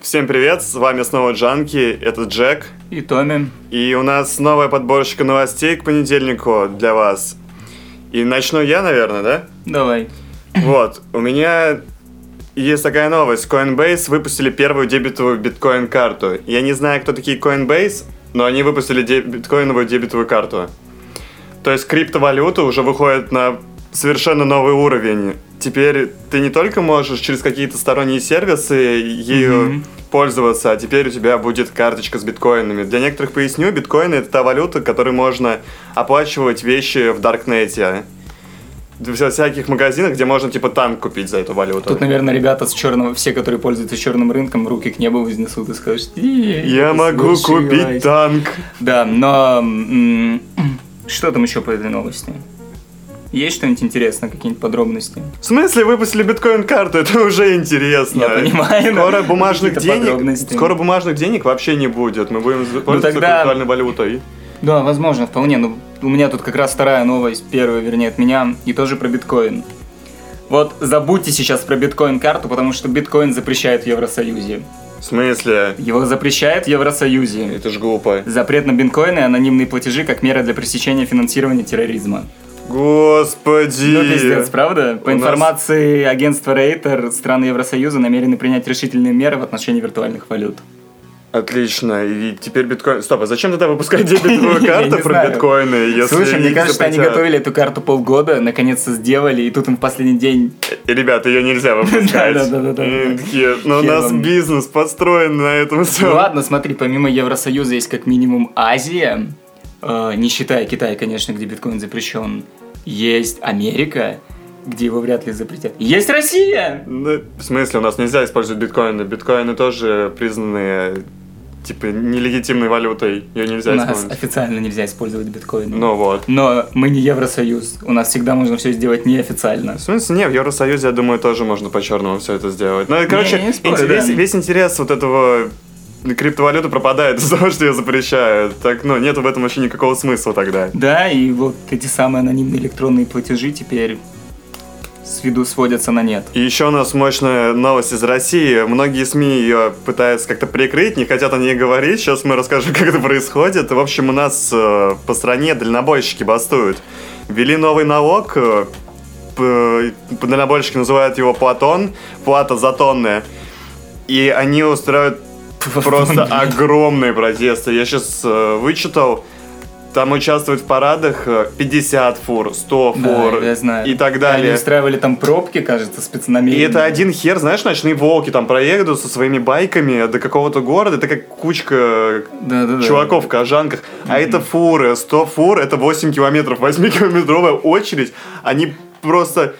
Всем привет, с вами снова Джанки, это Джек, И Томин. и у нас новая подборочка новостей к понедельнику для вас. И начну я, наверное, да? Давай. Вот, у меня есть такая новость. Coinbase выпустили первую дебетовую биткоин-карту. Я не знаю, кто такие Coinbase, но они выпустили де- биткоиновую дебетовую карту. То есть криптовалюта уже выходит на совершенно новый уровень. Теперь ты не только можешь через какие-то сторонние сервисы ею Мгм. пользоваться, а теперь у тебя будет карточка с биткоинами. Для некоторых поясню, биткоины это та валюта, которой можно оплачивать вещи в Даркнете. Во всяких магазинах, где можно типа танк купить за эту валюту. Тут, наверное, ребята с черного, все, которые пользуются черным рынком, руки к небу вознесут и скажут, «Е-е-е, Я это могу случилось». купить танк. Да, но м, что там еще по этой новости? Есть что-нибудь интересное, какие-нибудь подробности? В смысле, выпустили биткоин-карту? Это уже интересно. Я понимаю, но Скоро бумажных какие-то денег, подробности. Ну скоро бумажных денег вообще не будет. Мы будем пользоваться тогда- виртуальной валютой. Да, возможно, вполне. Но у меня тут как раз вторая новость, первая, вернее, от меня, и тоже про биткоин. Вот забудьте сейчас про биткоин-карту, потому что биткоин запрещает в Евросоюзе. В смысле? Его запрещает в Евросоюзе. Это ж глупо. Запрет на биткоины и анонимные платежи как мера для пресечения финансирования терроризма. Господи. Ну, пиздец, правда? По у нас- информации агентства Рейтер, страны Евросоюза намерены принять решительные меры в отношении виртуальных валют. Отлично. И теперь биткоин... Стоп, а зачем тогда выпускать дебетовую Я не карту про знаю. биткоины, если Слушай, мне их кажется, что они запретят? готовили эту карту полгода, наконец-то сделали, и тут им в последний день... И, Ребята, ее нельзя выпускать. Да-да-да-да-да. И они такие, Но у Хер нас вам. бизнес построен на этом Ну всем. ладно, смотри, помимо Евросоюза есть как минимум Азия, э, не считая Китая, конечно, где биткоин запрещен. Есть Америка, где его вряд ли запретят. Есть Россия! Ну, В смысле, у нас нельзя использовать биткоины. Биткоины тоже признаны типа нелегитимной валютой. Ее нельзя У нас использовать. официально нельзя использовать биткоин. Ну вот. Но мы не Евросоюз. У нас всегда можно все сделать неофициально. В смысле, не, в Евросоюзе, я думаю, тоже можно по-черному все это сделать. Ну, и, короче, не спорю, инте- да. весь, весь интерес вот этого криптовалюты пропадает из-за того, что ее запрещают. Так, ну, нет в этом вообще никакого смысла тогда. Да, и вот эти самые анонимные электронные платежи теперь с виду сводятся на нет. И еще у нас мощная новость из России. Многие СМИ ее пытаются как-то прикрыть, не хотят о ней говорить. Сейчас мы расскажем, как это происходит. В общем, у нас э, по стране дальнобойщики бастуют. Ввели новый налог. э, п- э, дальнобойщики называют его Платон. Плата за тонны. И они устраивают просто огромные протесты. Я сейчас вычитал. Там участвуют в парадах э, 50 фур, 100 Да, фур я знаю. и так далее. Они устраивали там пробки, кажется, спецнамеренно. И это один хер, знаешь, ночные волки там проедут со своими байками до какого-то города, это как кучка Да-да-да. чуваков в кожанках. А это фуры, 100 фур, это 8 километров, 8-километровая очередь. Они просто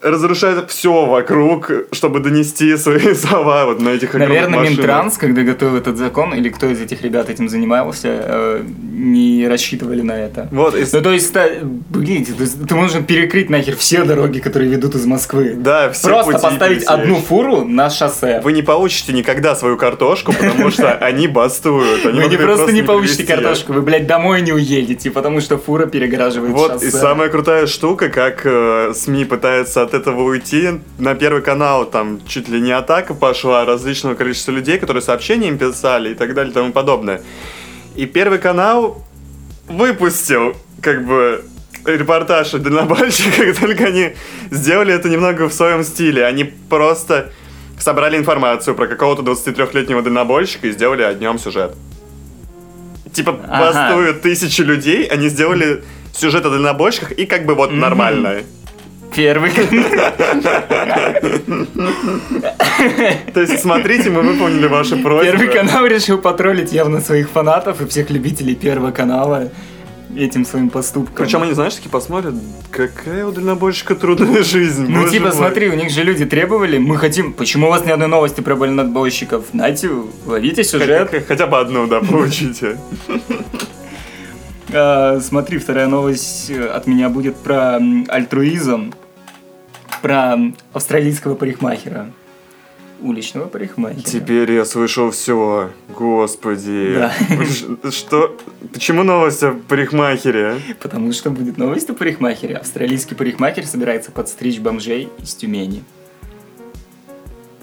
разрушают все вокруг, чтобы донести свои слова вот на этих огромных Наверное, машинах. Минтранс, когда готовил этот закон, или кто из этих ребят этим занимался, э, не рассчитывали на это. Вот, и с- Ну, то есть, та- блин, ты, ты можешь перекрыть нахер все дороги, которые ведут из Москвы. да, все Просто пути поставить пересечь. одну фуру на шоссе. Вы не получите никогда свою картошку, потому что они бастуют. они Вы могут не её просто не получите привезти. картошку, вы, блядь, домой не уедете, потому что фура перегораживает Вот шоссе. и самая крутая штука, как э, СМИ пытаются от этого уйти. На первый канал там чуть ли не атака пошла различного количества людей, которые сообщения им писали и так далее и тому подобное. И первый канал выпустил как бы репортаж о дальнобойщиках, только они сделали это немного в своем стиле. Они просто собрали информацию про какого-то 23-летнего дальнобойщика и сделали о нем сюжет. Типа, Ага. бастуют тысячи людей, они сделали сюжет о дальнобойщиках и как бы вот Мгм. нормально. Первый. То есть, смотрите, мы выполнили ваши просьбы. Первый канал решил потроллить явно своих фанатов и всех любителей Первого канала этим своим поступком. Причем они, знаешь, такие посмотрят, какая у дальнобойщика трудная жизнь. Ну, боже типа, мой. смотри, у них же люди требовали, мы хотим... Почему у вас ни одной новости про больнотбойщиков? Нате, ловите сюжет. Хотя, хотя бы одну, да, получите. А, смотри, вторая новость э, от меня будет про м, альтруизм, про м, австралийского парикмахера. Уличного парикмахера. Теперь я слышал все. Господи. Да. Ш- Что? Почему новость о парикмахере? Потому что будет новость о парикмахере. Австралийский парикмахер собирается подстричь бомжей из Тюмени.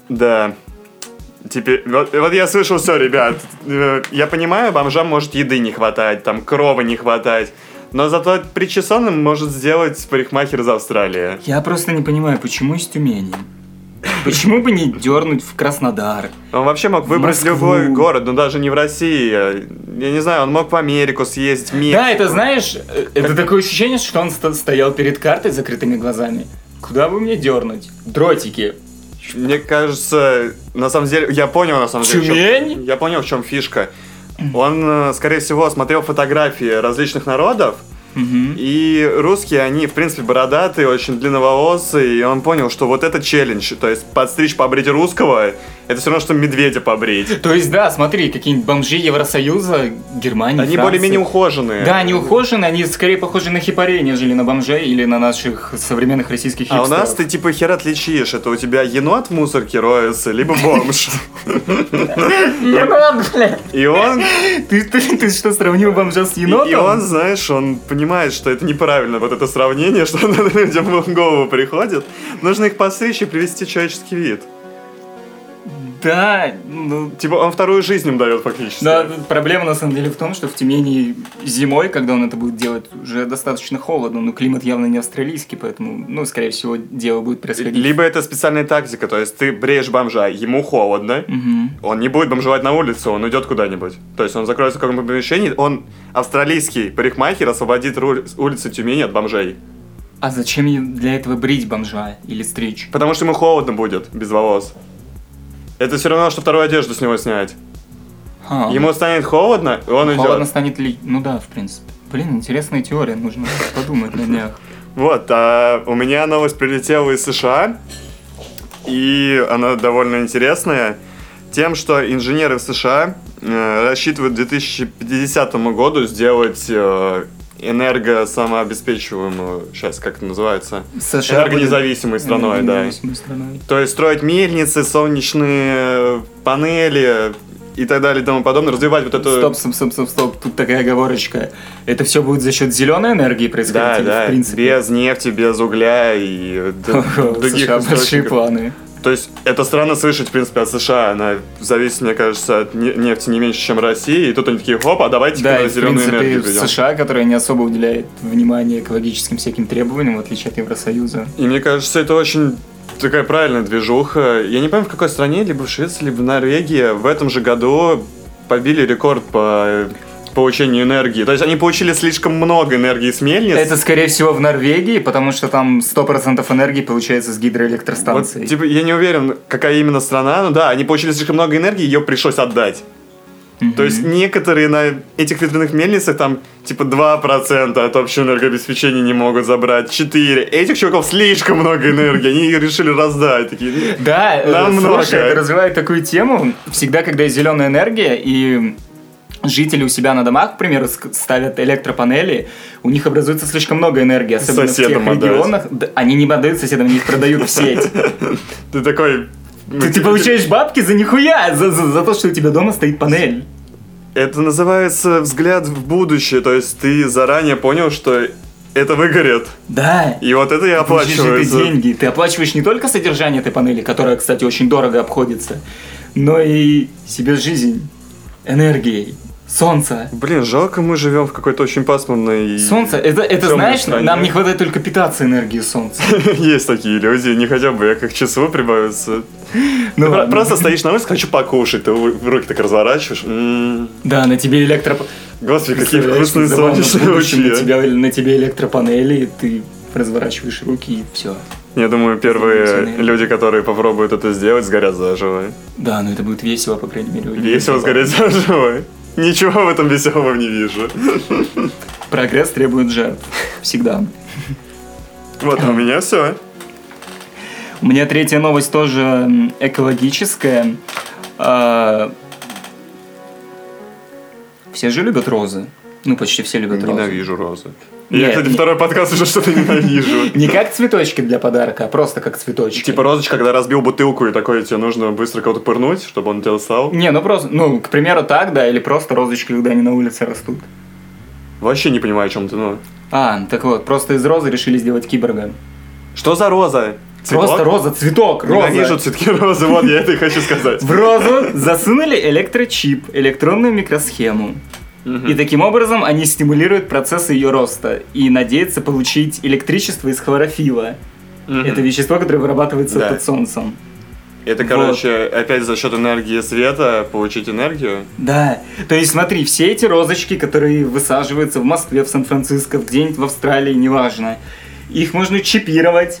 Да. Теперь, вот, вот я слышал все, ребят. Э, Я понимаю, бомжам может еды не хватать, там крова не хватать. Но зато причесанным может сделать парикмахер из Австралии. Я просто не понимаю, почему из Тюмени? Почему бы не дернуть в Краснодар? Он вообще мог выбрать Москву. любой город, но даже не в России. Я не знаю, он мог в Америку съездить, в Мексику. Да, это знаешь, э, это такое ощущение, что он сто- стоял перед картой с закрытыми глазами. Куда бы мне дернуть? Дротики. Мне кажется, на самом деле, я понял, на самом деле. в чём- Тюмень? Я понял, в чем фишка. Он, э, скорее всего, смотрел фотографии различных народов, Мгм. и русские, они, в принципе, бородатые, очень длинноволосые, и он понял, что вот это челлендж, то есть подстричь, побрить русского, это все равно, что медведя побрить. То есть, да, смотри, какие-нибудь бомжи Евросоюза, Германии, Они Франции. более-менее ухоженные. Да, они ухожены, они скорее похожи на хипарей, нежели на бомжей или на наших современных российских А у хипстеров. нас ты типа хер отличишь, это у тебя енот в мусорке роется, либо бомж. Енот, блядь! И он Ты, ты- ты что, сравнил бомжа с И, енотом? и он, знаешь, он понимает, что это неправильно, вот это сравнение, что людям в голову приходит. Нужно их постричь и привести в человеческий вид. Да, ну... Типа он вторую жизнь им дает фактически. Да, проблема на самом деле в том, что в Тюмени зимой, когда он это будет делать, уже достаточно холодно, но климат явно не австралийский, поэтому, ну, скорее всего, дело будет происходить. Либо это специальная тактика, то есть ты бреешь бомжа, ему холодно, Мгм. он не будет бомжевать на улице, он уйдет куда-нибудь. То есть он закроется в каком-то помещении, он австралийский парикмахер освободит ру- улицы Тюмени от бомжей. А зачем ей для этого брить бомжа или стричь? Потому что ему холодно будет без волос. Это все равно, что вторую одежду с него снять. Ха. Ему станет холодно, и он Холодно уйдет. станет ли... Ну да, в принципе. Блин, интересная теория, нужно подумать на днях. Вот, а у меня новость прилетела из США, и она довольно интересная тем, что инженеры в США э, рассчитывают к 2050 году сделать э, энергосамообеспечиваемую, сейчас как это называется, США энергонезависимой страной, да. Независимой страной. То есть строить мельницы, солнечные э, панели и так далее и тому подобное, развивать вот эту... Стоп, стоп, стоп, стоп, стоп. Тут такая оговорочка. Это все будет за счет зеленой энергии происходить, Да, или да, в принципе. без нефти, без угля и э, д- других США а большие источников. планы. То есть это странно слышать, в принципе, от США. Она зависит, мне кажется, от не- нефти не меньше, чем России. И тут они такие, хоп, а давайте Да, и в зеленую принципе, энергию в введем». США, которая не особо уделяет внимания экологическим всяким требованиям, в отличие от Евросоюза. И мне кажется, это очень такая правильная движуха. Я не помню, в какой стране, либо в Швеции, либо в Норвегии, в этом же году побили рекорд по получению энергии. То есть они получили слишком много энергии с мельниц. Это, скорее всего, в Норвегии, потому что там 100% энергии получается с Вот, гидроэлектростанций. типа, я не уверен, какая именно страна, но да, они получили слишком много энергии, ее пришлось отдать. Мгм. То есть некоторые на этих ветряных мельницах там типа 2% от общего энергообеспечения не могут забрать, 4. Этих чуваков слишком много энергии, они её решили раздать. Такие, «Ну, Да, э, Нам слушай, много. это развивает такую тему. Всегда, когда есть зеленая энергия, и жители у себя на домах, к примеру, ск- ставят электропанели, у них образуется слишком много энергии, особенно Соседям в тех отдать. регионах. Да, они не отдают соседам, они их продают в сеть. ты такой... Ты, типа ты получаешь бабки за нихуя, за, за- за то, что у тебя дома стоит панель. Это называется взгляд в будущее, то есть ты заранее понял, что это выгорит. Да. И вот это и Получишь же ты оплачивается. деньги. Ты оплачиваешь не только содержание этой панели, которая, кстати, очень дорого обходится, но и себе жизнь, энергией, солнца. Блин, жалко, мы живем в какой-то очень пасмурной... Солнце, это, это Тёмной знаешь, стране. нам не хватает только питаться энергии солнца. Есть такие люди, не хотя бы я как часу прибавиться. Ну, Ты про- ладно. Просто стоишь на улице, хочу покушать, ты в- руки так разворачиваешь. М-м. м, Да, на тебе электро... Господи, какие Представляешь, вкусные забавно, в солнечные будущем на, лучи. тебя, на тебе электропанели, и ты разворачиваешь руки и все. Я думаю, первые Солнечные. люди, которые попробуют это сделать, сгорят заживо. Да, ну это будет весело, по крайней мере. у людей. Весело сгореть заживо. Ничего в этом веселого не вижу. Прогресс требует жертв. Всегда. Вот, а у меня все. У меня третья новость тоже м, экологическая. А, Все же любят розы. Ну, почти все любят розы. розы. Нет, Я, кстати, не- второй подкаст уже что-то ненавижу. Не как цветочки для подарка, а просто как цветочки. Типа розочка, когда разбил бутылку, и такое тебе нужно быстро кого-то пырнуть, чтобы он тебя стал. Не, ну просто, ну, к примеру, так, да, или просто розочки, когда они на улице растут. Вообще не понимаю, о чем ты, ну. А, так вот, просто из розы решили сделать киборга. Что за роза? Цветок? Просто роза, цветок, роза. Ненавижу цветки розы, вот я это и хочу сказать. В розу засунули электрочип, электронную микросхему. Мгм. И таким образом они стимулируют процесс ее роста и надеются получить электричество из хлорофила. Мгм. Это вещество, которое вырабатывается Да. под солнцем. Это, Вот. короче, опять за счет энергии света получить энергию. Да, то есть смотри, все эти розочки, которые высаживаются в Москве, в Сан-Франциско, где-нибудь в Австралии, неважно, их можно чипировать,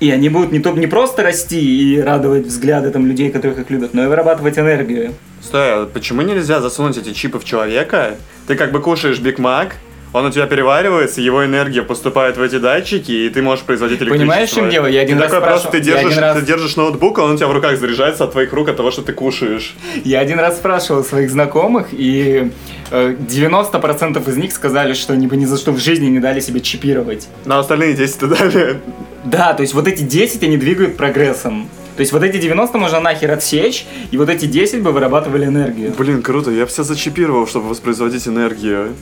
и они будут не, то, не просто расти и радовать взгляды там, людей, которых их любят, но и вырабатывать энергию. Стой, а почему нельзя засунуть эти чипы в человека? Ты как бы кушаешь Биг Мак, он у тебя переваривается, его энергия поступает в эти датчики, и ты можешь производить электричество. Понимаешь, в чем дело? Я один ты раз такой просто, спрашивал- ты я держишь, один раз- ты держишь ноутбук, а он у тебя в руках заряжается от твоих рук, от того, что ты кушаешь. Я один раз спрашивал своих знакомых, и э, 90% из них сказали, что они бы ни за что в жизни не дали себе чипировать. Но остальные 10 ты дали. Да, то есть вот эти 10 они двигают прогрессом. То есть вот эти 90 можно нахер отсечь, и вот эти 10 бы вырабатывали энергию. Блин, круто, я все зачипировал, чтобы воспроизводить энергию.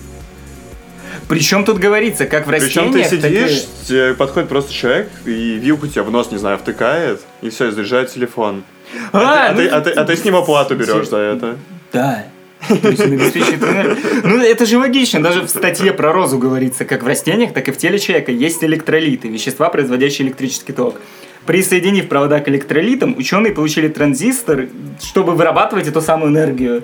Причем тут говорится, как в Причем растениях, ты так и- сидишь, тебе подходит просто человек, и вилку тебе в нос, не знаю, втыкает, и все, и заряжает телефон. А, А ну, ты, а ты- а ты с ним оплату берешь за это. Да. То есть он обеспечивает энергию. Ну, это же логично. Даже в статье про розу говорится, как в растениях, так и в теле человека есть электролиты, вещества, производящие электрический ток. Присоединив провода к электролитам, ученые получили транзистор, чтобы вырабатывать эту самую энергию.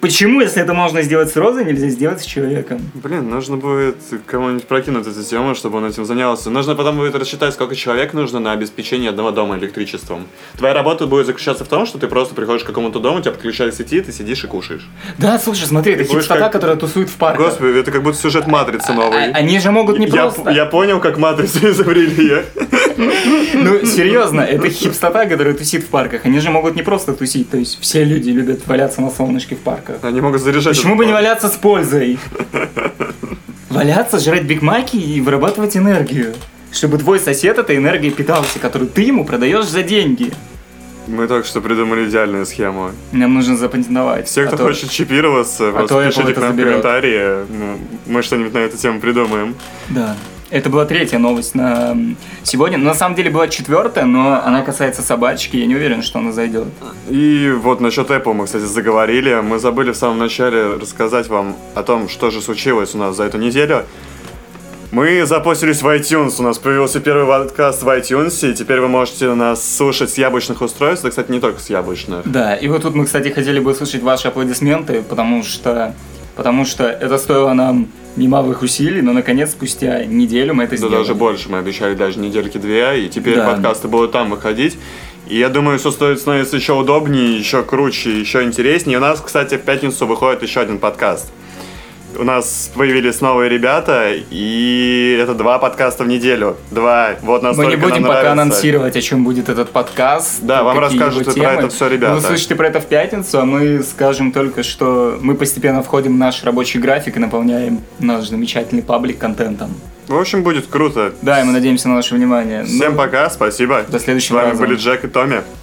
Почему, если это можно сделать с розой, нельзя сделать с человеком? Блин, нужно будет кому-нибудь прокинуть эту тему, чтобы он этим занялся. Нужно потом будет рассчитать, сколько человек нужно на обеспечение одного дома электричеством. Твоя работа будет заключаться в том, что ты просто приходишь к какому-то дому, тебя подключают к сети, ты сидишь и кушаешь. Да, слушай, смотри, это Ты будешь хипстота, как- которая тусует в парке. Господи, это как будто сюжет матрицы новый. А- Они же могут не Я, просто... я понял, как матрицу изобрели. я. Ну, серьезно, это хипстота, которая тусит в парках. Они же могут не просто тусить, то есть все люди любят валяться на солнышке в парках. Они могут заряжать. Почему этот бы не пар. валяться с пользой? Валяться, жрать бигмаки и вырабатывать энергию. Чтобы твой сосед этой энергией питался, которую ты ему продаешь за деньги. Мы только что придумали идеальную схему. Нам нужно запатентовать. Все, кто а то- а хочет чипироваться, то просто Apple пишите к это нам заберет. комментарии. Ну, Мы что-нибудь на эту тему придумаем. Да. Это была третья новость на м, сегодня. На самом деле была четвертая, но она касается собачки. Я не уверен, что она зайдет. И вот насчет Apple мы, кстати, заговорили. Мы забыли в самом начале рассказать вам о том, что же случилось у нас за эту неделю. Мы запустились в iTunes, у нас появился первый подкаст в iTunes, и теперь вы можете нас слушать с яблочных устройств, да, кстати, не только с яблочных. Да, и вот тут мы, кстати, хотели бы услышать ваши аплодисменты, потому что, потому что это стоило нам немалых усилий, но, наконец, спустя неделю мы это Да сделали. даже больше, мы обещали даже недельки две, и теперь Да. подкасты будут там выходить. И я думаю, все стоит становиться еще удобнее, еще круче, еще интереснее. И у нас, кстати, в пятницу выходит еще один подкаст. У нас появились новые ребята, и это два подкаста в неделю. Два. Вот Мы настолько не будем нам пока нравится. анонсировать, о чем будет этот подкаст. Да, вам какие расскажут его и про темы. Ну, это всё ребята. Вы услышите про это в пятницу, а мы скажем только, что мы постепенно входим в наш рабочий график и наполняем наш замечательный паблик контентом. В общем, будет круто. Да, и мы надеемся на ваше внимание. Всем Ну, пока, спасибо. До С следующего вами раза. были Джек и Томми.